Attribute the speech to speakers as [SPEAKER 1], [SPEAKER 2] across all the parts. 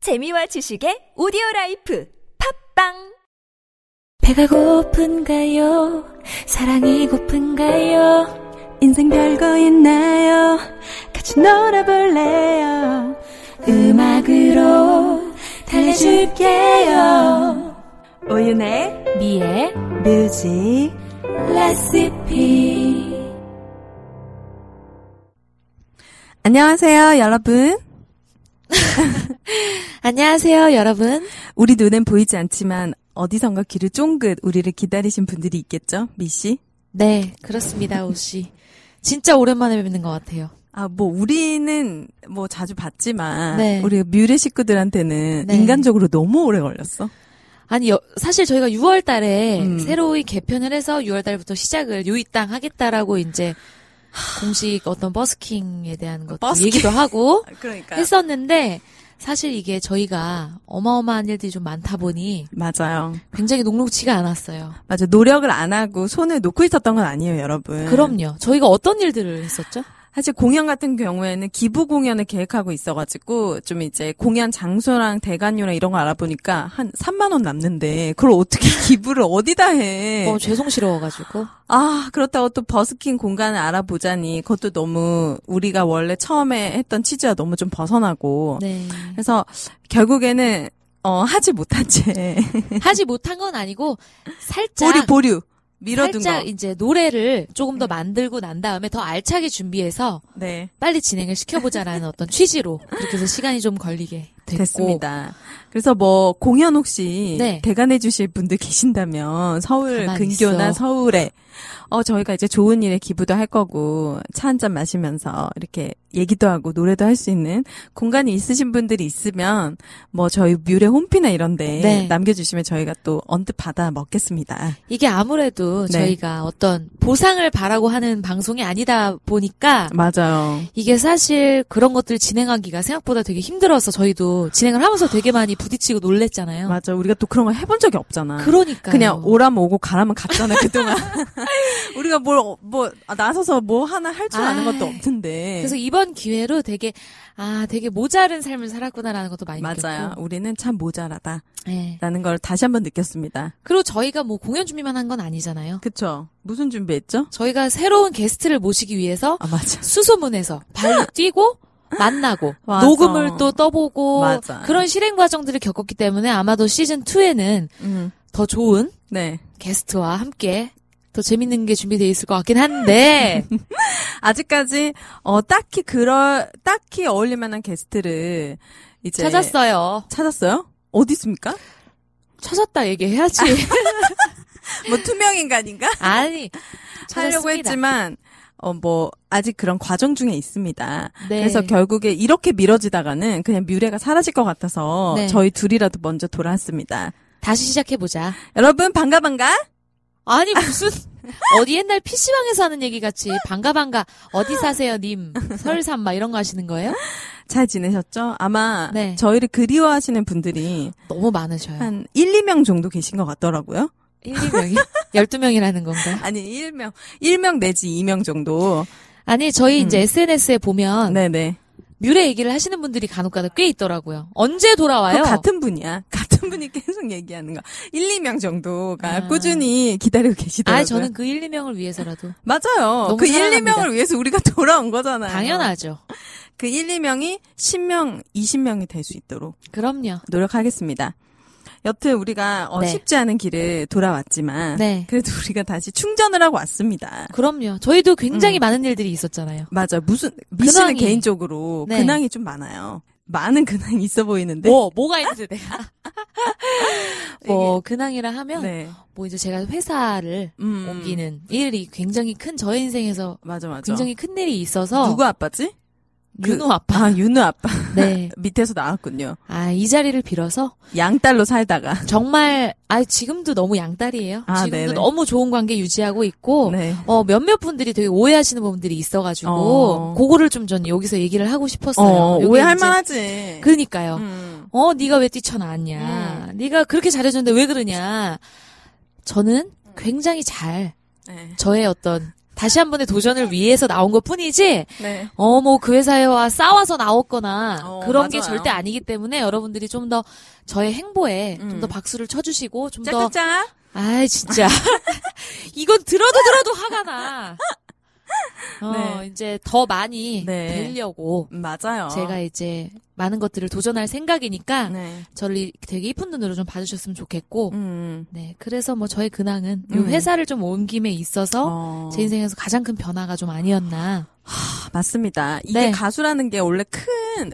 [SPEAKER 1] 재미와 지식의 오디오 라이프 팝빵
[SPEAKER 2] 배가 고픈가요? 사랑이 고픈가요? 인생 별거 있나요? 같이 놀아볼래요? 음악으로 달래줄게요. 오윤의 미의 뮤직 레시피.
[SPEAKER 3] 안녕하세요, 여러분.
[SPEAKER 2] 안녕하세요, 여러분.
[SPEAKER 3] 우리 눈엔 보이지 않지만 어디선가 귀를 쫑긋 우리를 기다리신 분들이 있겠죠, 미 씨?
[SPEAKER 2] 네, 그렇습니다, 오씨. 진짜 오랜만에 뵙는 것 같아요.
[SPEAKER 3] 아, 뭐 우리는 뭐 자주 봤지만
[SPEAKER 2] 네.
[SPEAKER 3] 우리 뮤레 식구들한테는
[SPEAKER 2] 네.
[SPEAKER 3] 인간적으로 너무 오래 걸렸어.
[SPEAKER 2] 아니, 여- 사실 저희가 6월 달에
[SPEAKER 3] 음.
[SPEAKER 2] 새로이 개편을 해서 6월 달부터 시작을 요이 땅 하겠다라고 이제 공식 어떤 버스킹에 대한 것도
[SPEAKER 3] 버스킹.
[SPEAKER 2] 얘기도 하고
[SPEAKER 3] 그러니까.
[SPEAKER 2] 했었는데 사실 이게 저희가 어마어마한 일들이 좀 많다 보니
[SPEAKER 3] 맞아요.
[SPEAKER 2] 굉장히 녹록치가 않았어요.
[SPEAKER 3] 맞아. 노력을 안 하고 손을 놓고 있었던 건 아니에요, 여러분.
[SPEAKER 2] 그럼요. 저희가 어떤 일들을 했었죠?
[SPEAKER 3] 사실 공연 같은 경우에는 기부 공연을 계획하고 있어가지고 좀 이제 공연 장소랑 대관료랑 이런 거 알아보니까 한 3만 원 남는데 그걸 어떻게 기부를 어디다 해?
[SPEAKER 2] 어, 죄송스러워가지고.
[SPEAKER 3] 아, 그렇다고 또 버스킹 공간을 알아보자니 그것도 너무 우리가 원래 처음에 했던 취지와 너무 좀 벗어나고
[SPEAKER 2] 네.
[SPEAKER 3] 그래서 결국에는 어 하지 못한 채
[SPEAKER 2] 하지 못한 건 아니고 살짝
[SPEAKER 3] 보류 보류 밀어둔
[SPEAKER 2] 살짝
[SPEAKER 3] 거.
[SPEAKER 2] 이제 노래를 조금 더 만들고 난 다음에 더 알차게 준비해서
[SPEAKER 3] 네.
[SPEAKER 2] 빨리 진행을 시켜보자라는 어떤 취지로 그렇게 해서 시간이 좀 걸리게 됐고
[SPEAKER 3] 됐습니다. 그래서 뭐 공연 혹시
[SPEAKER 2] 네.
[SPEAKER 3] 대관해 주실 분들 계신다면 서울
[SPEAKER 2] 가만히
[SPEAKER 3] 근교나
[SPEAKER 2] 있어.
[SPEAKER 3] 서울에 어 저희가 이제 좋은 일에 기부도 할 거고 차 한 잔 마시면서 이렇게 얘기도 하고 노래도 할 수 있는 공간이 있으신 분들이 있으면 뭐 저희 뮤레 홈피나 이런데
[SPEAKER 2] 네.
[SPEAKER 3] 남겨주시면 저희가 또 언뜻 받아 먹겠습니다.
[SPEAKER 2] 이게 아무래도
[SPEAKER 3] 네.
[SPEAKER 2] 저희가 어떤 보상을 바라고 하는 방송이 아니다 보니까
[SPEAKER 3] 맞아요.
[SPEAKER 2] 이게 사실 그런 것들 진행하기가 생각보다 되게 힘들어서 저희도 진행을 하면서 되게 많이 부딪히고 놀랬잖아요.
[SPEAKER 3] 맞아. 우리가 또 그런 걸 해본 적이 없잖아.
[SPEAKER 2] 그러니까
[SPEAKER 3] 그냥 오라면 오고 가라면 갔잖아 그동안 우리가 뭘 뭐 나서서 뭐 하나 할 줄 아는
[SPEAKER 2] 아이,
[SPEAKER 3] 것도 없는데
[SPEAKER 2] 그래서 이번 기회로 되게 아 되게 모자른 삶을 살았구나라는 것도 많이
[SPEAKER 3] 맞아요
[SPEAKER 2] 느꼈고
[SPEAKER 3] 우리는 참 모자라다라는
[SPEAKER 2] 네.
[SPEAKER 3] 걸 다시 한번 느꼈습니다
[SPEAKER 2] 그리고 저희가 뭐 공연 준비만 한 건 아니잖아요.
[SPEAKER 3] 그쵸 무슨 준비했죠
[SPEAKER 2] 저희가 새로운 게스트를 모시기 위해서
[SPEAKER 3] 아 맞아
[SPEAKER 2] 수소문해서 발로 뛰고 만나고
[SPEAKER 3] 맞아.
[SPEAKER 2] 녹음을 또 떠보고
[SPEAKER 3] 맞아.
[SPEAKER 2] 그런 실행 과정들을 겪었기 때문에 아마도 시즌 2에는
[SPEAKER 3] 음.
[SPEAKER 2] 더 좋은
[SPEAKER 3] 네
[SPEAKER 2] 게스트와 함께 더 재밌는 게 준비되어 있을 것 같긴 한데
[SPEAKER 3] 네. 아직까지 어 딱히 그럴 딱히 어울릴 만한 게스트를 이제
[SPEAKER 2] 찾았어요.
[SPEAKER 3] 찾았어요 어디 있습니까
[SPEAKER 2] 찾았다 얘기해야지.
[SPEAKER 3] 뭐 투명 인간인가
[SPEAKER 2] 아니
[SPEAKER 3] 하려고
[SPEAKER 2] 찾았습니다.
[SPEAKER 3] 했지만 어 뭐 아직 그런 과정 중에 있습니다.
[SPEAKER 2] 네.
[SPEAKER 3] 그래서 결국에 이렇게 미뤄지다가는 그냥 뮤레가 사라질 것 같아서
[SPEAKER 2] 네.
[SPEAKER 3] 저희 둘이라도 먼저 돌아왔습니다.
[SPEAKER 2] 다시 시작해 보자.
[SPEAKER 3] 여러분 반가 반가.
[SPEAKER 2] 아니 무슨 어디 옛날 PC방에서 하는 얘기 같이 반가 반가 어디 사세요 님 설산 막 이런 거 하시는 거예요?
[SPEAKER 3] 잘 지내셨죠? 아마
[SPEAKER 2] 네.
[SPEAKER 3] 저희를 그리워하시는 분들이
[SPEAKER 2] 너무 많으셔요.
[SPEAKER 3] 한 1, 2명 정도 계신 것 같더라고요.
[SPEAKER 2] 1, 2명이 12명이라는 건가요?
[SPEAKER 3] 아니 1명, 1명 내지 2명 정도.
[SPEAKER 2] 아니 저희 이제 SNS에 보면
[SPEAKER 3] 음. 네네.
[SPEAKER 2] 뮤레 얘기를 하시는 분들이 간혹가다 꽤 있더라고요. 언제
[SPEAKER 3] 그거
[SPEAKER 2] 돌아와요?
[SPEAKER 3] 같은 분이야. 같은 분이 계속 얘기하는 거. 1, 2명 정도가
[SPEAKER 2] 아.
[SPEAKER 3] 꾸준히 기다리고 계시더라고요.
[SPEAKER 2] 아 저는 그 1, 2명을 위해서라도
[SPEAKER 3] 맞아요.
[SPEAKER 2] 너무
[SPEAKER 3] 그 1,
[SPEAKER 2] 사랑합니다.
[SPEAKER 3] 2명을 위해서 우리가 돌아온 거잖아요.
[SPEAKER 2] 당연하죠.
[SPEAKER 3] 그 1, 2명이 10명, 20명이 될 수 있도록
[SPEAKER 2] 그럼요.
[SPEAKER 3] 노력하겠습니다. 여튼 우리가 어,
[SPEAKER 2] 네.
[SPEAKER 3] 쉽지 않은 길을 돌아왔지만
[SPEAKER 2] 네.
[SPEAKER 3] 그래도 우리가 다시 충전을 하고 왔습니다.
[SPEAKER 2] 그럼요. 저희도
[SPEAKER 3] 음.
[SPEAKER 2] 굉장히 많은 일들이 있었잖아요.
[SPEAKER 3] 맞아. 무슨 미 씨는
[SPEAKER 2] 근황이.
[SPEAKER 3] 개인적으로
[SPEAKER 2] 네.
[SPEAKER 3] 근황이 좀 많아요. 많은 근황이 있어 보이는데.
[SPEAKER 2] 뭐 뭐가 있는지 내가 뭐 근황이라 하면
[SPEAKER 3] 네.
[SPEAKER 2] 뭐 이제 제가 회사를
[SPEAKER 3] 음.
[SPEAKER 2] 옮기는 일이 굉장히 큰 저의 인생에서
[SPEAKER 3] 맞아 맞아.
[SPEAKER 2] 굉장히 큰 일이 있어서
[SPEAKER 3] 누구 아빠지?
[SPEAKER 2] 윤호 아빠
[SPEAKER 3] 아, 윤우 아빠.
[SPEAKER 2] 네.
[SPEAKER 3] 밑에서 나왔군요.
[SPEAKER 2] 아, 이 자리를 빌어서
[SPEAKER 3] 양딸로 살다가.
[SPEAKER 2] 정말 아 지금도 너무 양다리예요.
[SPEAKER 3] 아,
[SPEAKER 2] 지금도
[SPEAKER 3] 네네.
[SPEAKER 2] 너무 좋은 관계 유지하고 있고
[SPEAKER 3] 네.
[SPEAKER 2] 어, 몇몇 분들이 되게 오해하시는 부분들이 있어 가지고
[SPEAKER 3] 어.
[SPEAKER 2] 그거를 좀 전 여기서 얘기를 하고 싶었어요.
[SPEAKER 3] 어,
[SPEAKER 2] 여기
[SPEAKER 3] 오해할
[SPEAKER 2] 이제-
[SPEAKER 3] 만하지.
[SPEAKER 2] 그러니까요.
[SPEAKER 3] 음.
[SPEAKER 2] 어, 네가 왜 뛰쳐나왔냐. 네가 그렇게 잘해줬는데 왜 그러냐. 저는 굉장히 잘
[SPEAKER 3] 네.
[SPEAKER 2] 저의 어떤 다시 한 번의 도전을 위해서 나온 것 뿐이지,
[SPEAKER 3] 네.
[SPEAKER 2] 어, 뭐, 그 회사와 싸워서 나왔거나,
[SPEAKER 3] 어,
[SPEAKER 2] 그런 게
[SPEAKER 3] 맞아요.
[SPEAKER 2] 절대 아니기 때문에 여러분들이 좀 더 저의 행보에
[SPEAKER 3] 음.
[SPEAKER 2] 좀 더 박수를 쳐주시고, 좀 더,
[SPEAKER 3] 짜짜짜.
[SPEAKER 2] 아이, 진짜. 이건 들어도 들어도 화가 나. 어,
[SPEAKER 3] 네.
[SPEAKER 2] 이제 더 많이
[SPEAKER 3] 네.
[SPEAKER 2] 되려고
[SPEAKER 3] 맞아요.
[SPEAKER 2] 제가 이제 많은 것들을 도전할 생각이니까
[SPEAKER 3] 네.
[SPEAKER 2] 저를 되게 이쁜 눈으로 좀 봐주셨으면 좋겠고
[SPEAKER 3] 음.
[SPEAKER 2] 네 그래서 뭐 저의 근황은 이
[SPEAKER 3] 음.
[SPEAKER 2] 회사를 좀 온 김에 있어서
[SPEAKER 3] 어.
[SPEAKER 2] 제 인생에서 가장 큰 변화가 좀 아니었나
[SPEAKER 3] 맞습니다. 이게
[SPEAKER 2] 네.
[SPEAKER 3] 가수라는 게 원래 큰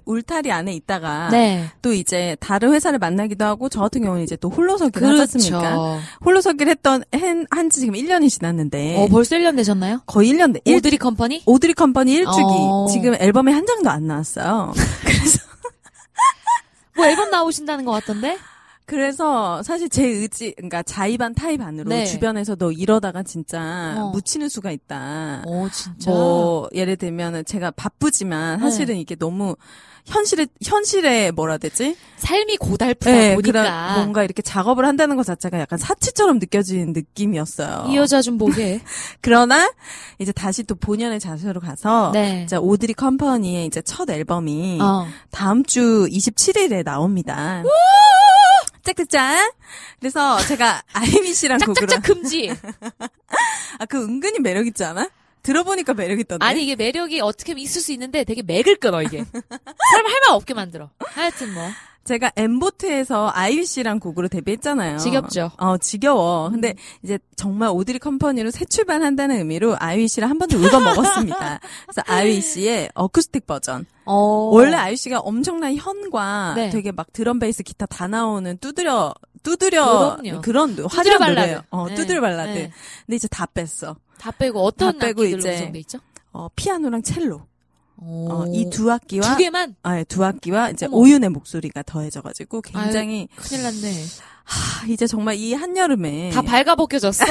[SPEAKER 3] 울타리 안에 있다가
[SPEAKER 2] 네
[SPEAKER 3] 또 이제 다른 회사를 만나기도 하고 저 같은 경우는 이제 또 홀로서기를
[SPEAKER 2] 그렇죠
[SPEAKER 3] 하셨습니까? 홀로서기를 했던 한, 한지 지금 1년이 지났는데
[SPEAKER 2] 어 벌써 1년 되셨나요?
[SPEAKER 3] 거의 1년 돼. 일-
[SPEAKER 2] 오드리 컴퍼니
[SPEAKER 3] 오드리 컴퍼니 일주기
[SPEAKER 2] 어.
[SPEAKER 3] 지금 앨범에 한 장도 안 나왔어요.
[SPEAKER 2] 뭐 앨범 나오신다는 것 같던데
[SPEAKER 3] 그래서 사실 제 의지, 그러니까 자의반 타의반으로
[SPEAKER 2] 네.
[SPEAKER 3] 주변에서 너 이러다가 진짜
[SPEAKER 2] 어.
[SPEAKER 3] 묻히는 수가 있다.
[SPEAKER 2] 어 진짜 네.
[SPEAKER 3] 뭐 예를 들면은 제가 바쁘지만 사실은 이게 너무 현실에 현실에 뭐라 해야 되지?
[SPEAKER 2] 삶이 고달프다
[SPEAKER 3] 네, 그런
[SPEAKER 2] 보니까
[SPEAKER 3] 뭔가 이렇게 작업을 한다는 것 자체가 약간 사치처럼 느껴지는 느낌이었어요.
[SPEAKER 2] 이 여자 좀 보게
[SPEAKER 3] 그러나 이제 다시 또 본연의 자세로 가서
[SPEAKER 2] 네
[SPEAKER 3] 이제 오드리 컴퍼니의 이제 첫 앨범이
[SPEAKER 2] 어.
[SPEAKER 3] 다음 주 27일에 나옵니다. 짝짝짝. 그래서 제가 아이미 씨랑 곡으로
[SPEAKER 2] 짝짝짝 금지
[SPEAKER 3] 아그 은근히 매력 있지 않아? 들어보니까 매력 있던데.
[SPEAKER 2] 아니 이게 매력이 어떻게 보면 있을 수 있는데 되게 맥을 끊어 이게 사람 할 말 없게 만들어 하여튼 뭐
[SPEAKER 3] 제가 엠보트에서 아이유 씨랑 곡으로 데뷔했잖아요.
[SPEAKER 2] 지겹죠? 음.
[SPEAKER 3] 어, 지겨워. 근데 이제 정말 오드리 컴퍼니로 새 출발한다는 의미로 아이유 씨랑 한 번도 울어 먹었습니다. 그래서 아이유 씨의 어쿠스틱 버전. 원래 아이유 씨가 엄청난 현과
[SPEAKER 2] 네.
[SPEAKER 3] 되게 막 드럼 베이스 기타 다 나오는 두드려 두드려
[SPEAKER 2] 그럼요.
[SPEAKER 3] 그런
[SPEAKER 2] 두드려
[SPEAKER 3] 화려한
[SPEAKER 2] 발라드
[SPEAKER 3] 노래예요. 어,
[SPEAKER 2] 네.
[SPEAKER 3] 두드려 발라드.
[SPEAKER 2] 네.
[SPEAKER 3] 근데 이제 다 뺐어.
[SPEAKER 2] 다 빼고 어떤
[SPEAKER 3] 다 빼고
[SPEAKER 2] 악기들로
[SPEAKER 3] 이제
[SPEAKER 2] 구성돼 있죠?
[SPEAKER 3] 어, 피아노랑 첼로. 어,
[SPEAKER 2] 어,
[SPEAKER 3] 이 두 악기와
[SPEAKER 2] 두 개만
[SPEAKER 3] 아, 예, 두 악기와 이제
[SPEAKER 2] 어머.
[SPEAKER 3] 오윤의 목소리가 더해져가지고 굉장히
[SPEAKER 2] 큰일 났네.
[SPEAKER 3] 아, 이제 정말 이 한여름에
[SPEAKER 2] 다 발가벗겨졌어?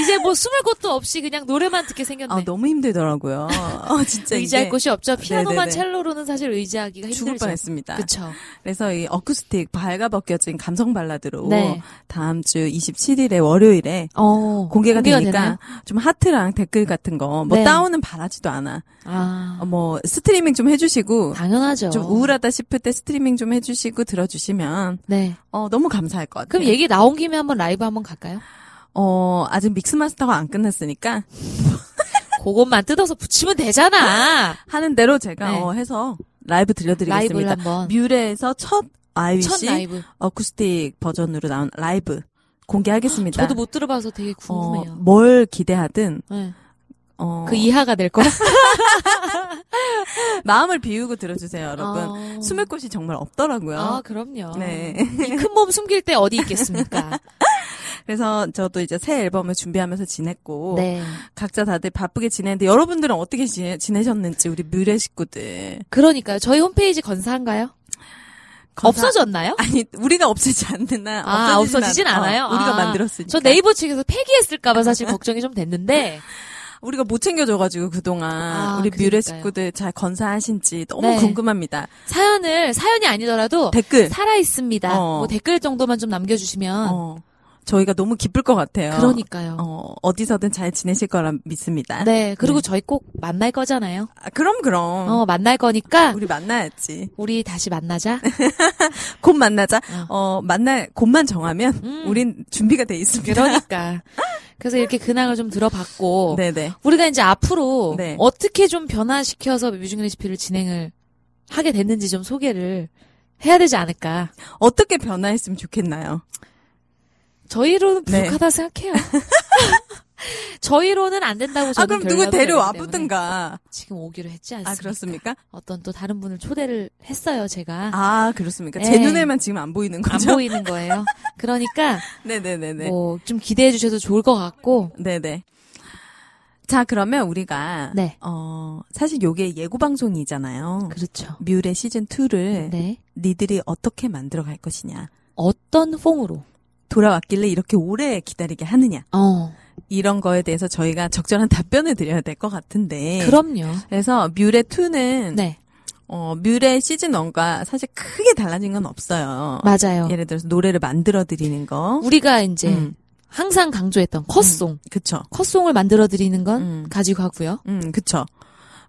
[SPEAKER 2] 이제 뭐 숨을 곳도 없이 그냥 노래만 듣게 생겼네.
[SPEAKER 3] 아, 너무 힘들더라고요. 어, 진짜
[SPEAKER 2] 의지할
[SPEAKER 3] 이게
[SPEAKER 2] 곳이 없죠. 피아노만
[SPEAKER 3] 네네네.
[SPEAKER 2] 첼로로는 사실 의지하기가
[SPEAKER 3] 죽을
[SPEAKER 2] 힘들죠.
[SPEAKER 3] 뻔했습니다.
[SPEAKER 2] 그쵸.
[SPEAKER 3] 그래서 이 어쿠스틱 발가벗겨진 감성 발라드로
[SPEAKER 2] 네.
[SPEAKER 3] 다음 주 27일에 월요일에
[SPEAKER 2] 어,
[SPEAKER 3] 공개가, 되니까
[SPEAKER 2] 되나요?
[SPEAKER 3] 좀 하트랑 댓글 같은 거 뭐
[SPEAKER 2] 네.
[SPEAKER 3] 다운은 바라지도 않아.
[SPEAKER 2] 아,
[SPEAKER 3] 어, 뭐 스트리밍 좀 해주시고
[SPEAKER 2] 당연하죠.
[SPEAKER 3] 어, 좀 우울하다 싶을 때 스트리밍 좀 해주시고 들어주시면
[SPEAKER 2] 네.
[SPEAKER 3] 어, 너무 감사할 것 같아요.
[SPEAKER 2] 그럼 얘기 나온 김에 한번 라이브 한번 갈까요?
[SPEAKER 3] 어, 아직 믹스 마스터가 안 끝났으니까
[SPEAKER 2] 그것만 뜯어서 붙이면 되잖아.
[SPEAKER 3] 하는 대로 제가
[SPEAKER 2] 네.
[SPEAKER 3] 어, 해서 라이브
[SPEAKER 2] 라이브를
[SPEAKER 3] 들려드리겠습니다.
[SPEAKER 2] 한번.
[SPEAKER 3] 뮤레에서 첫 아이유
[SPEAKER 2] 첫
[SPEAKER 3] 씨
[SPEAKER 2] 라이브.
[SPEAKER 3] 어쿠스틱 버전으로 나온 라이브 공개하겠습니다.
[SPEAKER 2] 저도 못 들어봐서 되게
[SPEAKER 3] 어,
[SPEAKER 2] 궁금해요.
[SPEAKER 3] 뭘 기대하든
[SPEAKER 2] 네.
[SPEAKER 3] 어,
[SPEAKER 2] 그 이하가 될 거야.
[SPEAKER 3] 마음을 비우고 들어주세요, 여러분.
[SPEAKER 2] 아.
[SPEAKER 3] 숨을 곳이 정말 없더라고요.
[SPEAKER 2] 아, 그럼요.
[SPEAKER 3] 네.
[SPEAKER 2] 이 큰 몸 숨길 때 어디 있겠습니까?
[SPEAKER 3] 그래서 저도 이제 새 앨범을 준비하면서 지냈고
[SPEAKER 2] 네.
[SPEAKER 3] 각자 다들 바쁘게 지냈는데 여러분들은 어떻게 지내, 지내셨는지 우리 뮤레 식구들
[SPEAKER 2] 그러니까요. 저희 홈페이지 건사한가요?
[SPEAKER 3] 건사-
[SPEAKER 2] 없어졌나요?
[SPEAKER 3] 아니 우리가 없애지 않는 한
[SPEAKER 2] 아, 없어지진
[SPEAKER 3] 않- 어,
[SPEAKER 2] 않아요?
[SPEAKER 3] 우리가
[SPEAKER 2] 아,
[SPEAKER 3] 만들었으니까.
[SPEAKER 2] 저 네이버 측에서 폐기했을까봐 사실 걱정이 좀 됐는데.
[SPEAKER 3] 우리가 못 챙겨줘가지고 그동안
[SPEAKER 2] 아,
[SPEAKER 3] 우리 뮤레
[SPEAKER 2] 그러니까요.
[SPEAKER 3] 식구들 잘 건사하신지 너무
[SPEAKER 2] 네.
[SPEAKER 3] 궁금합니다.
[SPEAKER 2] 사연을, 사연이 아니더라도.
[SPEAKER 3] 댓글.
[SPEAKER 2] 살아있습니다.
[SPEAKER 3] 어.
[SPEAKER 2] 뭐 댓글 정도만 좀 남겨주시면.
[SPEAKER 3] 어, 저희가 너무 기쁠 것 같아요.
[SPEAKER 2] 그러니까요.
[SPEAKER 3] 어, 어디서든 잘 지내실 거라 믿습니다.
[SPEAKER 2] 네. 그리고 저희 꼭 만날 거잖아요.
[SPEAKER 3] 아, 그럼 그럼.
[SPEAKER 2] 어, 만날 거니까.
[SPEAKER 3] 우리 네. 만나야지.
[SPEAKER 2] 우리 다시 만나자.
[SPEAKER 3] 곧 만나자. 어, 만날 곳만 정하면
[SPEAKER 2] 음.
[SPEAKER 3] 우린 준비가 돼 있습니다.
[SPEAKER 2] 그러니까. 그래서 이렇게 근황을 좀 들어봤고.
[SPEAKER 3] 네네.
[SPEAKER 2] 우리가 이제 앞으로
[SPEAKER 3] 네.
[SPEAKER 2] 어떻게 좀 변화시켜서 뮤직 레시피를 진행을 하게 됐는지 좀 소개를 해야 되지 않을까.
[SPEAKER 3] 어떻게 변화했으면 좋겠나요?
[SPEAKER 2] 저희로는
[SPEAKER 3] 네.
[SPEAKER 2] 부족하다 생각해요. 저희로는 안 된다고 저는
[SPEAKER 3] 아, 그럼
[SPEAKER 2] 결론을
[SPEAKER 3] 누구 데려와
[SPEAKER 2] 내리기 때문에
[SPEAKER 3] 보든가.
[SPEAKER 2] 지금 오기로 했지 않습니까?
[SPEAKER 3] 아, 그렇습니까?
[SPEAKER 2] 어떤 또 다른 분을 초대를 했어요, 제가.
[SPEAKER 3] 아, 그렇습니까? 제
[SPEAKER 2] 네.
[SPEAKER 3] 눈에만 지금 안 보이는
[SPEAKER 2] 안
[SPEAKER 3] 거죠?
[SPEAKER 2] 보이는 거예요. 그러니까
[SPEAKER 3] 네네네네.
[SPEAKER 2] 뭐 좀 기대해 주셔도 좋을 것 같고.
[SPEAKER 3] 네네. 자, 그러면 우리가
[SPEAKER 2] 네.
[SPEAKER 3] 어, 사실 요게 예고 방송이잖아요.
[SPEAKER 2] 그렇죠.
[SPEAKER 3] 뮤레 시즌 2를
[SPEAKER 2] 네.
[SPEAKER 3] 니들이 어떻게 만들어 갈 것이냐.
[SPEAKER 2] 어떤 폼으로?
[SPEAKER 3] 돌아왔길래 이렇게 오래 기다리게 하느냐.
[SPEAKER 2] 어.
[SPEAKER 3] 이런 거에 대해서 저희가 적절한 답변을 드려야 될 것 같은데.
[SPEAKER 2] 네. 그럼요.
[SPEAKER 3] 그래서 뮤레 2는
[SPEAKER 2] 네.
[SPEAKER 3] 어, 뮤레 시즌 1과 사실 크게 달라진 건 없어요.
[SPEAKER 2] 맞아요. 음.
[SPEAKER 3] 예를 들어서 노래를 만들어 드리는 거.
[SPEAKER 2] 우리가 이제
[SPEAKER 3] 음.
[SPEAKER 2] 항상 강조했던 컷송.
[SPEAKER 3] 그쵸.
[SPEAKER 2] 컷송을 만들어 드리는 건
[SPEAKER 3] 음.
[SPEAKER 2] 가지고 하고요.
[SPEAKER 3] 음, 그쵸.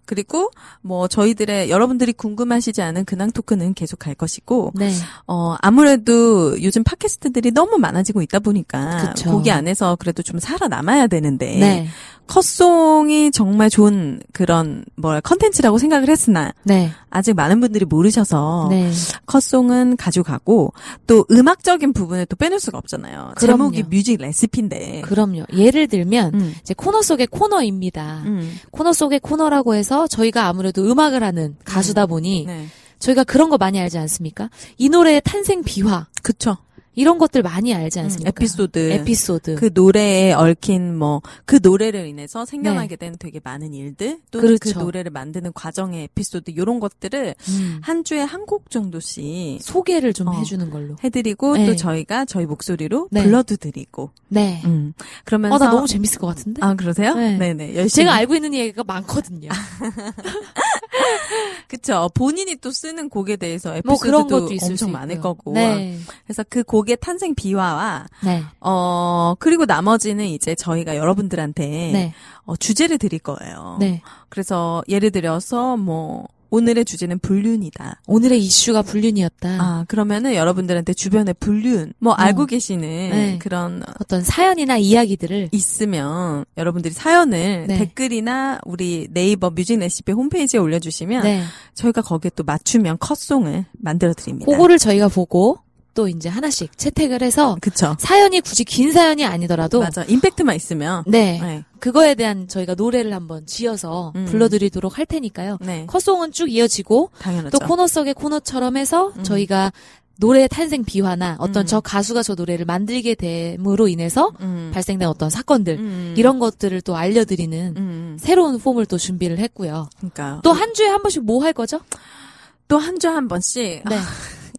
[SPEAKER 3] 그리고 뭐 저희들의 여러분들이 궁금하시지 않은 근황 토크는 계속 갈 것이고
[SPEAKER 2] 네.
[SPEAKER 3] 어 아무래도 요즘 팟캐스트들이 너무 많아지고 있다 보니까
[SPEAKER 2] 그쵸.
[SPEAKER 3] 거기 안에서 그래도 좀 살아남아야 되는데
[SPEAKER 2] 네.
[SPEAKER 3] 컷송이 정말 좋은 그런 뭐랄 컨텐츠라고 생각을 했으나
[SPEAKER 2] 네.
[SPEAKER 3] 아직 많은 분들이 모르셔서
[SPEAKER 2] 네.
[SPEAKER 3] 컷송은 가져가고 또 음악적인 부분을 또 빼놓을 수가 없잖아요.
[SPEAKER 2] 그럼요.
[SPEAKER 3] 제목이 뮤직 레시피인데.
[SPEAKER 2] 그럼요. 예를 들면
[SPEAKER 3] 음,
[SPEAKER 2] 이제 코너 속의 코너입니다.
[SPEAKER 3] 음,
[SPEAKER 2] 코너 속의 코너라고 해서 저희가 아무래도 음악을 하는 가수다 보니
[SPEAKER 3] 네.
[SPEAKER 2] 저희가 그런 거 많이 알지 않습니까? 이 노래의 탄생 비화
[SPEAKER 3] 그쵸.
[SPEAKER 2] 이런 것들 많이 알지
[SPEAKER 3] 음,
[SPEAKER 2] 않습니까?
[SPEAKER 3] 에피소드.
[SPEAKER 2] 에피소드.
[SPEAKER 3] 그 노래에 얽힌 뭐 그 노래를 인해서 생겨나게 된 되게 많은 일들 또는 그
[SPEAKER 2] 네. 그렇죠.
[SPEAKER 3] 노래를 만드는 과정의 에피소드 요런 것들을
[SPEAKER 2] 음.
[SPEAKER 3] 한 주에 한 곡 정도씩
[SPEAKER 2] 소개를 좀
[SPEAKER 3] 어.
[SPEAKER 2] 해주는 걸로.
[SPEAKER 3] 해드리고
[SPEAKER 2] 네.
[SPEAKER 3] 또 저희가 저희 목소리로
[SPEAKER 2] 네.
[SPEAKER 3] 불러도 드리고
[SPEAKER 2] 네.
[SPEAKER 3] 음. 그러면서
[SPEAKER 2] 어, 나 너무 재밌을 것 같은데?
[SPEAKER 3] 아 그러세요?
[SPEAKER 2] 네.
[SPEAKER 3] 네. 네 열심히
[SPEAKER 2] 제가 알고 있는 얘기가 많거든요.
[SPEAKER 3] 아, 그쵸 본인이 또 쓰는 곡에 대해서 에피소드도
[SPEAKER 2] 뭐 그런 것도 있을
[SPEAKER 3] 엄청
[SPEAKER 2] 수
[SPEAKER 3] 많을
[SPEAKER 2] 있고요.
[SPEAKER 3] 거고 아,
[SPEAKER 2] 네.
[SPEAKER 3] 그래서 그 곡의 탄생 비화와
[SPEAKER 2] 네.
[SPEAKER 3] 어 그리고 나머지는 이제 저희가 여러분들한테
[SPEAKER 2] 네.
[SPEAKER 3] 어, 주제를 드릴 거예요.
[SPEAKER 2] 네.
[SPEAKER 3] 그래서 예를 들어서 뭐 오늘의 주제는 불륜이다.
[SPEAKER 2] 오늘의 이슈가 불륜이었다.
[SPEAKER 3] 아 그러면은 여러분들한테 주변에 불륜 뭐 알고 계시는
[SPEAKER 2] 어. 네.
[SPEAKER 3] 그런
[SPEAKER 2] 어떤 사연이나 이야기들을
[SPEAKER 3] 있으면 여러분들이 사연을
[SPEAKER 2] 네.
[SPEAKER 3] 댓글이나 우리 네이버 뮤직 레시피 홈페이지에 올려주시면
[SPEAKER 2] 네.
[SPEAKER 3] 저희가 거기에 또 맞춤형 컷송을 만들어 드립니다.
[SPEAKER 2] 그거를 저희가 보고 또 이제 하나씩 채택을 해서
[SPEAKER 3] 그쵸.
[SPEAKER 2] 사연이 굳이 긴 사연이 아니더라도
[SPEAKER 3] 맞아. 임팩트만 있으면.
[SPEAKER 2] 네.
[SPEAKER 3] 네.
[SPEAKER 2] 그거에 대한 저희가 노래를 한번 지어서
[SPEAKER 3] 음.
[SPEAKER 2] 불러드리도록 할 테니까요.
[SPEAKER 3] 네.
[SPEAKER 2] 컷송은 쭉 이어지고
[SPEAKER 3] 당연하죠.
[SPEAKER 2] 또 코너 속의 코너처럼 해서
[SPEAKER 3] 음.
[SPEAKER 2] 저희가 노래의 탄생 비화나 어떤
[SPEAKER 3] 음.
[SPEAKER 2] 저 가수가 저 노래를 만들게 됨으로 인해서
[SPEAKER 3] 음.
[SPEAKER 2] 발생된 어떤 사건들
[SPEAKER 3] 음.
[SPEAKER 2] 이런 것들을 또 알려드리는
[SPEAKER 3] 음.
[SPEAKER 2] 새로운 폼을 또 준비를 했고요.
[SPEAKER 3] 그러니까
[SPEAKER 2] 또 한 주에 한 번씩 뭐 할 거죠?
[SPEAKER 3] 또 한 주 한 번씩 아,
[SPEAKER 2] 네.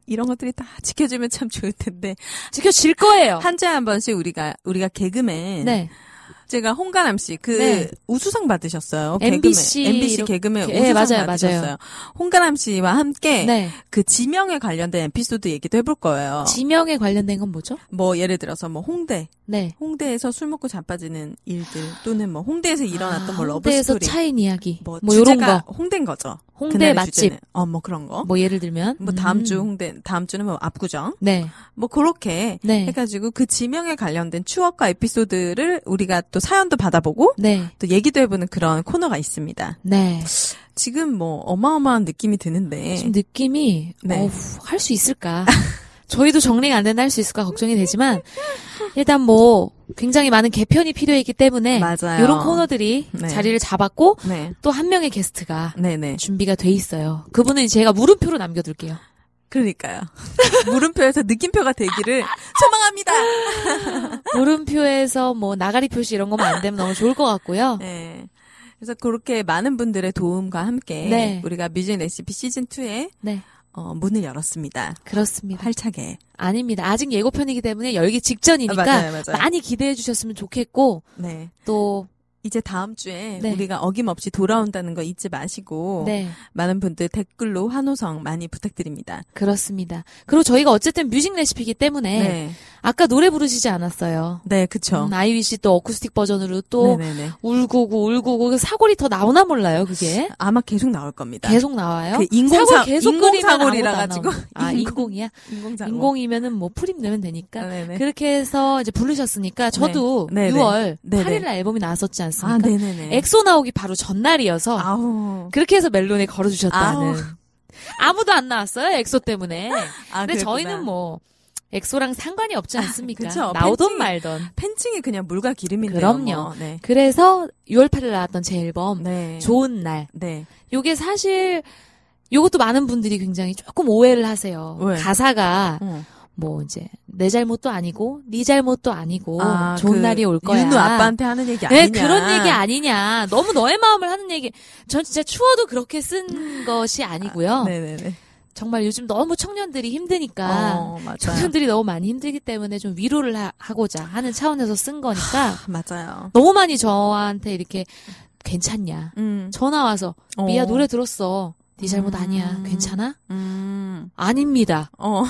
[SPEAKER 3] 이런 것들이 다 지켜주면 참 좋을 텐데
[SPEAKER 2] 지켜질 거예요.
[SPEAKER 3] 한 주에 한 번씩 우리가 우리가 개그맨
[SPEAKER 2] 네.
[SPEAKER 3] 제가 홍가람 씨 그
[SPEAKER 2] 네.
[SPEAKER 3] 우수상 받으셨어요.
[SPEAKER 2] MBC
[SPEAKER 3] 개그맨, MBC
[SPEAKER 2] 이렇게-
[SPEAKER 3] 개그맨
[SPEAKER 2] 예,
[SPEAKER 3] 우수상
[SPEAKER 2] 맞아요,
[SPEAKER 3] 받으셨어요.
[SPEAKER 2] 맞아요.
[SPEAKER 3] 홍가람 씨와 함께
[SPEAKER 2] 네.
[SPEAKER 3] 그 지명에 관련된 에피소드 얘기도 해볼 거예요.
[SPEAKER 2] 지명에 관련된 건 뭐죠?
[SPEAKER 3] 뭐 예를 들어서 뭐 홍대,
[SPEAKER 2] 네.
[SPEAKER 3] 홍대에서 술 먹고 자빠지는 일들 또는 뭐 홍대에서 일어났던
[SPEAKER 2] 아,
[SPEAKER 3] 뭐 러브
[SPEAKER 2] 홍대에서
[SPEAKER 3] 스토리,
[SPEAKER 2] 차인 이야기.
[SPEAKER 3] 뭐,
[SPEAKER 2] 뭐, 요런
[SPEAKER 3] 주제가
[SPEAKER 2] 거.
[SPEAKER 3] 홍대인 거죠.
[SPEAKER 2] 홍대
[SPEAKER 3] 그날의
[SPEAKER 2] 맛집.
[SPEAKER 3] 주제는. 어, 뭐 그런 거.
[SPEAKER 2] 뭐 예를 들면
[SPEAKER 3] 뭐 다음
[SPEAKER 2] 음.
[SPEAKER 3] 주 홍대, 다음 주는 뭐 압구정,
[SPEAKER 2] 네.
[SPEAKER 3] 뭐 그렇게
[SPEAKER 2] 네.
[SPEAKER 3] 해가지고 그 지명에 관련된 추억과 에피소드를 우리가 또 사연도 받아보고
[SPEAKER 2] 네.
[SPEAKER 3] 또 얘기도 해보는 그런 코너가 있습니다.
[SPEAKER 2] 네.
[SPEAKER 3] 지금 뭐 어마어마한 느낌이 드는데
[SPEAKER 2] 지금 느낌이
[SPEAKER 3] 네.
[SPEAKER 2] 할 수 있을까? 저희도 정리가 안 된다 할 수 있을까 걱정이 되지만 일단 뭐 굉장히 많은 개편이 필요했기 때문에
[SPEAKER 3] 맞아요.
[SPEAKER 2] 이런 코너들이
[SPEAKER 3] 네.
[SPEAKER 2] 자리를 잡았고
[SPEAKER 3] 네,
[SPEAKER 2] 또 한 명의 게스트가
[SPEAKER 3] 네네.
[SPEAKER 2] 준비가 돼 있어요. 그분은 제가 물음표로 남겨둘게요.
[SPEAKER 3] 그러니까요. 물음표에서 느낌표가 되기를 소망합니다.
[SPEAKER 2] 물음표에서 뭐 나가리 표시 이런 거만 안 되면 너무 좋을 것 같고요.
[SPEAKER 3] 네. 그래서 그렇게 많은 분들의 도움과 함께
[SPEAKER 2] 네.
[SPEAKER 3] 우리가 뮤직 레시피 시즌 2에 어,
[SPEAKER 2] 네.
[SPEAKER 3] 문을 열었습니다.
[SPEAKER 2] 그렇습니다.
[SPEAKER 3] 활차게.
[SPEAKER 2] 아닙니다. 아직 예고편이기 때문에 열기 직전이니까
[SPEAKER 3] 아, 맞아요, 맞아요.
[SPEAKER 2] 많이 기대해 주셨으면 좋겠고
[SPEAKER 3] 네.
[SPEAKER 2] 또
[SPEAKER 3] 이제 다음 주에
[SPEAKER 2] 네.
[SPEAKER 3] 우리가 어김없이 돌아온다는 거 잊지 마시고
[SPEAKER 2] 네.
[SPEAKER 3] 많은 분들 댓글로 환호성 많이 부탁드립니다.
[SPEAKER 2] 그렇습니다. 그리고 저희가 어쨌든 뮤직 레시피이기 때문에
[SPEAKER 3] 네.
[SPEAKER 2] 아까 노래 부르시지 않았어요.
[SPEAKER 3] 네, 그쵸.
[SPEAKER 2] 음, 아이유 씨또 어쿠스틱 버전으로 또
[SPEAKER 3] 네네네.
[SPEAKER 2] 울고고 울고고 그 사골이 더 나오나 몰라요 그게
[SPEAKER 3] 아마 계속 나올 겁니다.
[SPEAKER 2] 계속 나와요.
[SPEAKER 3] 그 인공사-
[SPEAKER 2] 사골 계속 끓이면 아무것도
[SPEAKER 3] 인공사골이라
[SPEAKER 2] 안
[SPEAKER 3] 가지고.
[SPEAKER 2] 나오는 거. 아
[SPEAKER 3] 인공-
[SPEAKER 2] 인공. 이야
[SPEAKER 3] 인공사고.
[SPEAKER 2] 인공이면은 뭐 프림 넣으면 되니까
[SPEAKER 3] 아, 네네.
[SPEAKER 2] 그렇게 해서 이제 부르셨으니까 저도
[SPEAKER 3] 네, 네.
[SPEAKER 2] 6월
[SPEAKER 3] 네, 네.
[SPEAKER 2] 8일 날 앨범이 나왔었지 않습니까?
[SPEAKER 3] 아, 네네네.
[SPEAKER 2] 엑소 나오기 바로 전날이어서
[SPEAKER 3] 아우.
[SPEAKER 2] 그렇게 해서 멜론에 걸어주셨다는.
[SPEAKER 3] 아우.
[SPEAKER 2] 아무도안 나왔어요 엑소 때문에.
[SPEAKER 3] 아,
[SPEAKER 2] 근데
[SPEAKER 3] 그랬구나.
[SPEAKER 2] 저희는 뭐 엑소랑 상관이 없지 않습니까?
[SPEAKER 3] 그쵸.
[SPEAKER 2] 나오던
[SPEAKER 3] 팬층이-
[SPEAKER 2] 말던.
[SPEAKER 3] 팬층이 그냥 물과 기름인데요.
[SPEAKER 2] 그럼요.
[SPEAKER 3] 뭐. 네.
[SPEAKER 2] 그래서 6월 8일 나왔던 제 앨범
[SPEAKER 3] 네.
[SPEAKER 2] 좋은 날.
[SPEAKER 3] 네.
[SPEAKER 2] 요게 사실 요것도 많은 분들이 굉장히 조금 오해를 하세요.
[SPEAKER 3] 왜?
[SPEAKER 2] 가사가
[SPEAKER 3] 어.
[SPEAKER 2] 뭐 이제 내 잘못도 아니고 네 잘못도 아니고
[SPEAKER 3] 아,
[SPEAKER 2] 좋은
[SPEAKER 3] 그
[SPEAKER 2] 날이 올 거야.
[SPEAKER 3] 윤우 아빠한테 하는 얘기 아니냐.
[SPEAKER 2] 왜 그런 얘기 아니냐. 너무 너의 마음을 하는 얘기. 전 진짜 추워도 그렇게 쓴 것이 음. 아니고요.
[SPEAKER 3] 네네네.
[SPEAKER 2] 정말 요즘 너무 청년들이 힘드니까
[SPEAKER 3] 어, 맞아요.
[SPEAKER 2] 청년들이 너무 많이 힘들기 때문에 좀 위로를 하, 고자 하는 차원에서 쓴 거니까
[SPEAKER 3] 아, 맞아요.
[SPEAKER 2] 너무 많이 저한테 이렇게 괜찮냐.
[SPEAKER 3] 음.
[SPEAKER 2] 전화 와서
[SPEAKER 3] 어.
[SPEAKER 2] 미야 노래 들었어. 네 잘못 아니야.
[SPEAKER 3] 음.
[SPEAKER 2] 괜찮아?
[SPEAKER 3] 음.
[SPEAKER 2] 아닙니다.
[SPEAKER 3] 어.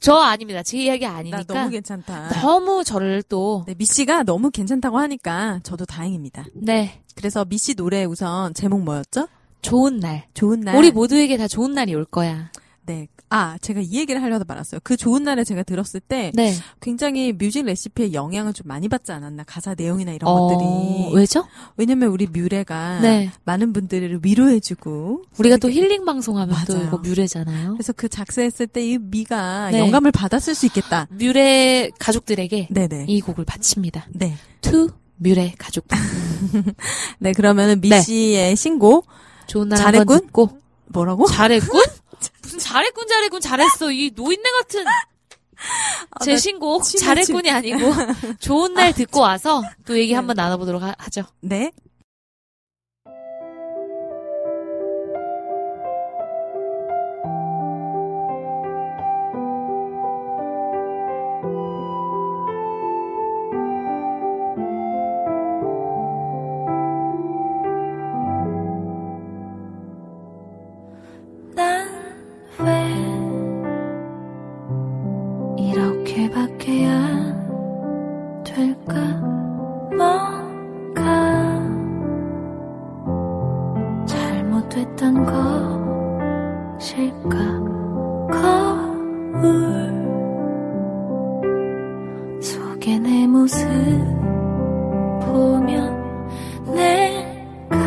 [SPEAKER 2] 저 아닙니다. 제 이야기 아니니까.
[SPEAKER 3] 나 너무 괜찮다.
[SPEAKER 2] 너무 저를 또,
[SPEAKER 3] 네, 미 씨가 너무 괜찮다고 하니까 저도 다행입니다.
[SPEAKER 2] 네,
[SPEAKER 3] 그래서 미 씨 노래 우선 제목 뭐였죠?
[SPEAKER 2] 좋은 날.
[SPEAKER 3] 좋은 날.
[SPEAKER 2] 우리 모두에게 다 좋은 날이 올 거야.
[SPEAKER 3] 네. 아, 제가 이 얘기를 하려다 말았어요. 그 좋은 날에 제가 들었을 때
[SPEAKER 2] 네.
[SPEAKER 3] 굉장히 뮤직 레시피에 영향을 좀 많이 받지 않았나 가사 내용이나 이런 것들이
[SPEAKER 2] 어, 왜죠?
[SPEAKER 3] 왜냐면 우리 뮤레가
[SPEAKER 2] 네.
[SPEAKER 3] 많은 분들을 위로해주고
[SPEAKER 2] 우리가 또 힐링 방송하면 또
[SPEAKER 3] 그러니까. 맞아요.
[SPEAKER 2] 이거 뮤레잖아요.
[SPEAKER 3] 그래서 그 작사했을 때 이 미가
[SPEAKER 2] 네.
[SPEAKER 3] 영감을 받았을 수 있겠다.
[SPEAKER 2] 뮤레 가족들에게
[SPEAKER 3] 네네.
[SPEAKER 2] 이 곡을 바칩니다.
[SPEAKER 3] 네.
[SPEAKER 2] 투 뮤레 가족들.
[SPEAKER 3] 네, 그러면은 미
[SPEAKER 2] 네.
[SPEAKER 3] 씨의 신곡
[SPEAKER 2] 좋은 날
[SPEAKER 3] 잘했군?
[SPEAKER 2] 한번 듣고
[SPEAKER 3] 뭐라고?
[SPEAKER 2] 잘했군? 무슨 잘했군 잘했군 잘했어 이 노인네 같은 제
[SPEAKER 3] 아, 나
[SPEAKER 2] 신곡
[SPEAKER 3] 치매,
[SPEAKER 2] 잘했군이 아니고 좋은 날 듣고 와서 또 얘기 한번 나눠보도록 하, 죠
[SPEAKER 3] 네.
[SPEAKER 4] 난 왜 이렇게밖에야 될까? 뭔가 잘못됐던 것일까? 거울 속에 내 모습 보면 내가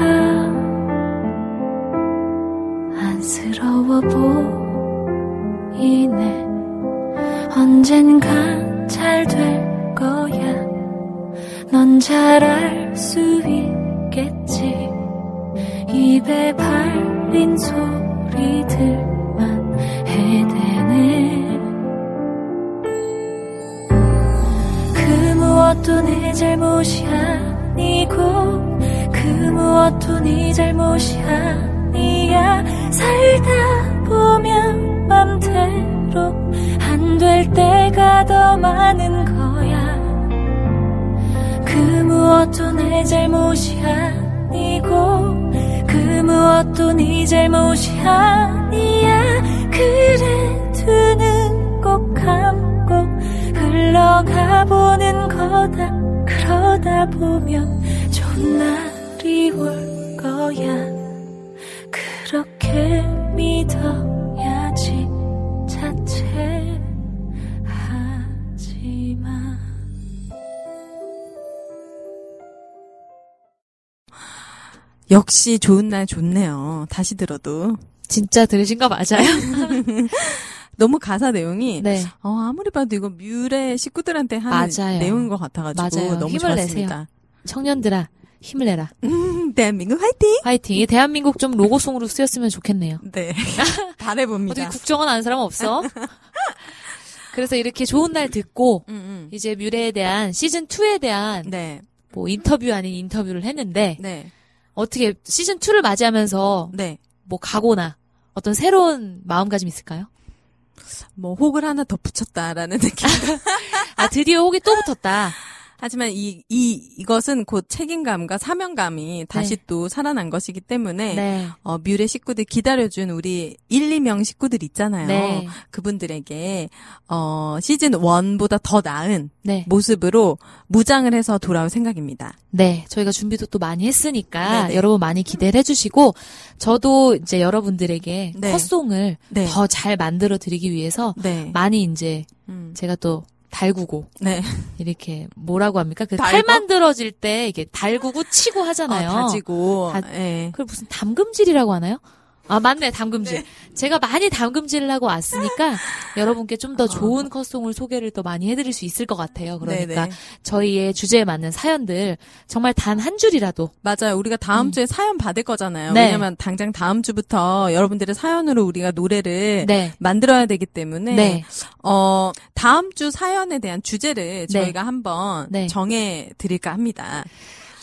[SPEAKER 4] 안쓰러워 보이네 언젠간 잘 될 거야 넌 잘 알 수 있겠지 입에 발린 소리들만 해대네 그 무엇도 내 잘못이 아니고 그 무엇도 네 잘못이 아니야 살다 보면 맘대로 안 될 때가 더 많은 거야 그 무엇도 내 잘못이 아니고 그 무엇도 네 잘못이 아니야 그래 두는 꼭 감고 흘러가 보는 거다 그러다 보면 좋은 날이 올 거야 그렇게 믿어야지 자책하지 마
[SPEAKER 3] 역시 좋은 날 좋네요. 다시 들어도.
[SPEAKER 2] 진짜 들으신 거 맞아요?
[SPEAKER 3] 너무 가사 내용이
[SPEAKER 2] 네
[SPEAKER 3] 어, 아무리 봐도 이거 뮤레 식구들한테 하는
[SPEAKER 2] 맞아요.
[SPEAKER 3] 내용인 것 같아가지고
[SPEAKER 2] 맞아요.
[SPEAKER 3] 너무
[SPEAKER 2] 힘을
[SPEAKER 3] 좋았습니다.
[SPEAKER 2] 청년들아 힘을 내라
[SPEAKER 3] 음, 대한민국 화이팅!
[SPEAKER 2] 화이팅 이 대한민국 좀 로고송으로 쓰였으면 좋겠네요
[SPEAKER 3] 네.
[SPEAKER 2] 어떻게
[SPEAKER 3] 바래봅니다.
[SPEAKER 2] 국정원 아는 사람 없어? 그래서 이렇게 좋은 날 듣고
[SPEAKER 3] 음,
[SPEAKER 2] 이제 뮤레에 대한 시즌 2에 대한
[SPEAKER 3] 음. 네,
[SPEAKER 2] 뭐 인터뷰 아닌 인터뷰를 했는데
[SPEAKER 3] 네,
[SPEAKER 2] 어떻게 시즌 2를 맞이하면서
[SPEAKER 3] 네.
[SPEAKER 2] 뭐 각오나 어떤 새로운 마음가짐 있을까요?
[SPEAKER 3] 뭐 혹을 하나 더 붙였다라는 느낌.
[SPEAKER 2] 아 드디어 혹이 또 붙었다.
[SPEAKER 3] 하지만 이, 이, 이것은 곧 책임감과 사명감이 다시 또 살아난 것이기 때문에
[SPEAKER 2] 네.
[SPEAKER 3] 어, 뮤레 식구들 기다려준 우리 1, 2명 식구들 있잖아요.
[SPEAKER 2] 네.
[SPEAKER 3] 그분들에게 어, 시즌 1보다 더 나은
[SPEAKER 2] 네.
[SPEAKER 3] 모습으로 무장을 해서 돌아올 생각입니다.
[SPEAKER 2] 네. 저희가 준비도 또 많이 했으니까
[SPEAKER 3] 네네.
[SPEAKER 2] 여러분 많이 기대를 해주시고 저도 이제 여러분들에게
[SPEAKER 3] 네.
[SPEAKER 2] 컷송을
[SPEAKER 3] 네.
[SPEAKER 2] 더 잘 만들어 드리기 위해서
[SPEAKER 3] 네.
[SPEAKER 2] 많이 이제
[SPEAKER 3] 음.
[SPEAKER 2] 제가 또 달구고
[SPEAKER 3] 네.
[SPEAKER 2] 이렇게 뭐라고 합니까? 그
[SPEAKER 3] 달고?
[SPEAKER 2] 칼 만들어질 때 이게 달구고 치고 하잖아요.
[SPEAKER 3] 어, 다지고
[SPEAKER 2] 다-
[SPEAKER 3] 예.
[SPEAKER 2] 그걸 무슨 담금질이라고 하나요? 아 맞네 담금질. 제가 많이 담금질을 하고 왔으니까 여러분께 좀 더 좋은 컷송을 소개를 더 많이 해드릴 수 있을 것 같아요. 그러니까
[SPEAKER 3] 네네.
[SPEAKER 2] 저희의 주제에 맞는 사연들 정말 단 한 줄이라도
[SPEAKER 3] 맞아요. 우리가 다음
[SPEAKER 2] 음.
[SPEAKER 3] 주에 사연 받을 거잖아요.
[SPEAKER 2] 네.
[SPEAKER 3] 왜냐면 당장 다음 주부터 여러분들의 사연으로 우리가 노래를
[SPEAKER 2] 네.
[SPEAKER 3] 만들어야 되기 때문에
[SPEAKER 2] 네.
[SPEAKER 3] 어, 다음 주 사연에 대한 주제를
[SPEAKER 2] 네.
[SPEAKER 3] 저희가 한번
[SPEAKER 2] 네.
[SPEAKER 3] 정해 드릴까 합니다.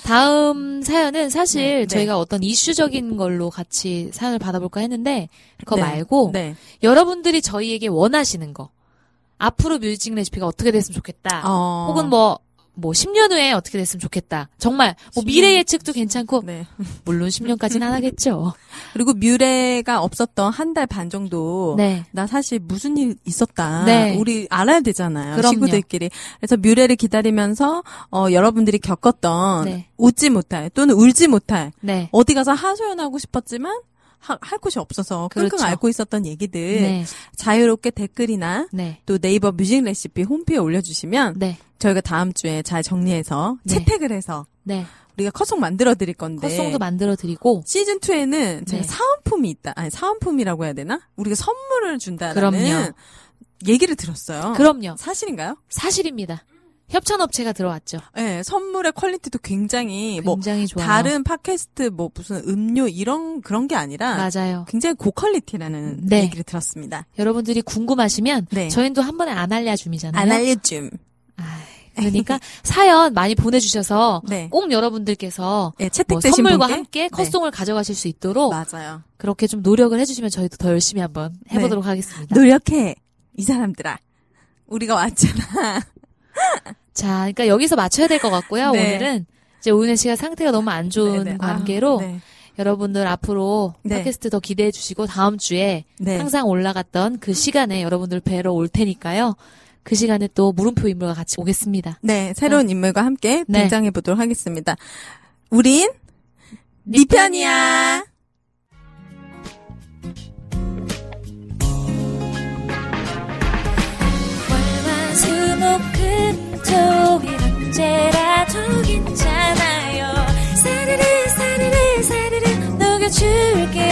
[SPEAKER 2] 다음 사연은 사실
[SPEAKER 3] 네.
[SPEAKER 2] 저희가 어떤 이슈적인 걸로 같이 사연을 받아볼까 했는데 그거
[SPEAKER 3] 네.
[SPEAKER 2] 말고
[SPEAKER 3] 네.
[SPEAKER 2] 여러분들이 저희에게 원하시는 거 앞으로 뮤직 레시피가 어떻게 됐으면 좋겠다
[SPEAKER 3] 어,
[SPEAKER 2] 아, 혹은 뭐 뭐 10년 후에 어떻게 됐으면 좋겠다. 정말 뭐
[SPEAKER 3] 10년.
[SPEAKER 2] 미래 예측도 괜찮고
[SPEAKER 3] 네.
[SPEAKER 2] 물론 10년까지는 안 하겠죠.
[SPEAKER 3] 그리고 뮤레가 없었던 한 달 반 정도
[SPEAKER 2] 네.
[SPEAKER 3] 나 사실 무슨 일 있었다.
[SPEAKER 2] 네.
[SPEAKER 3] 우리 알아야 되잖아요.
[SPEAKER 2] 그럼요.
[SPEAKER 3] 식구들끼리. 그래서 뮤레를 기다리면서 어, 여러분들이 겪었던
[SPEAKER 2] 네.
[SPEAKER 3] 웃지 못할 또는 울지 못할
[SPEAKER 2] 네.
[SPEAKER 3] 어디 가서 하소연하고 싶었지만 하- 할 곳이 없어서 끙끙
[SPEAKER 2] 그렇죠.
[SPEAKER 3] 앓고 있었던 얘기들
[SPEAKER 2] 네.
[SPEAKER 3] 자유롭게 댓글이나
[SPEAKER 2] 네.
[SPEAKER 3] 또 네이버 뮤직 레시피 홈페이지에 올려주시면
[SPEAKER 2] 네.
[SPEAKER 3] 저희가 다음 주에 잘 정리해서
[SPEAKER 2] 네.
[SPEAKER 3] 채택을 해서
[SPEAKER 2] 네.
[SPEAKER 3] 우리가 컷송 만들어 드릴 건데
[SPEAKER 2] 컷송도 만들어 드리고
[SPEAKER 3] 시즌 2에는 제가
[SPEAKER 2] 네.
[SPEAKER 3] 사은품이 있다. 아니 사은품이라고 해야 되나? 우리가 선물을 준다라는
[SPEAKER 2] 그럼요.
[SPEAKER 3] 얘기를 들었어요.
[SPEAKER 2] 그럼요.
[SPEAKER 3] 사실인가요?
[SPEAKER 2] 사실입니다. 협찬업체가 들어왔죠.
[SPEAKER 3] 네, 선물의 퀄리티도 굉장히 뭐
[SPEAKER 2] 굉장히 좋아요.
[SPEAKER 3] 다른 팟캐스트 뭐 무슨 음료 이런 그런 게 아니라
[SPEAKER 2] 맞아요.
[SPEAKER 3] 굉장히 고퀄리티라는
[SPEAKER 2] 네.
[SPEAKER 3] 얘기를 들었습니다.
[SPEAKER 2] 여러분들이 궁금하시면
[SPEAKER 3] 네.
[SPEAKER 2] 저희도 한 번에 안 알려줌이잖아요.
[SPEAKER 3] 안 알려줌.
[SPEAKER 2] 그러니까 사연 많이 보내주셔서
[SPEAKER 3] 네.
[SPEAKER 2] 꼭 여러분들께서
[SPEAKER 3] 네,
[SPEAKER 2] 뭐
[SPEAKER 3] 채택되신
[SPEAKER 2] 선물과
[SPEAKER 3] 분께
[SPEAKER 2] 함께 컷송을 가져가실 수 있도록
[SPEAKER 3] 네, 맞아요.
[SPEAKER 2] 그렇게 좀 노력을 해주시면 저희도 더 열심히 한번 해보도록 하겠습니다.
[SPEAKER 3] 네. 노력해 이 사람들아. 우리가 왔잖아.
[SPEAKER 2] 자, 그러니까 여기서 맞춰야 될 것 같고요.
[SPEAKER 3] 네.
[SPEAKER 2] 오늘은 이제 오은혜 씨가 상태가 너무 안 좋은
[SPEAKER 3] 네, 네. 아,
[SPEAKER 2] 관계로
[SPEAKER 3] 네.
[SPEAKER 2] 여러분들 앞으로
[SPEAKER 3] 네.
[SPEAKER 2] 팟캐스트 더 기대해 주시고 다음 주에
[SPEAKER 3] 네.
[SPEAKER 2] 항상 올라갔던 그 시간에 여러분들 뵈러 올 테니까요. 그 시간에 또 물음표 인물과 같이 오겠습니다. 어.
[SPEAKER 3] 네, 새로운 인물과 함께
[SPEAKER 2] 네.
[SPEAKER 3] 등장해 보도록 하겠습니다. 우린 니 편이야.
[SPEAKER 4] 월화수목금토일 언제라도 괜찮아요 사르르 사르르 사르르 녹여줄게요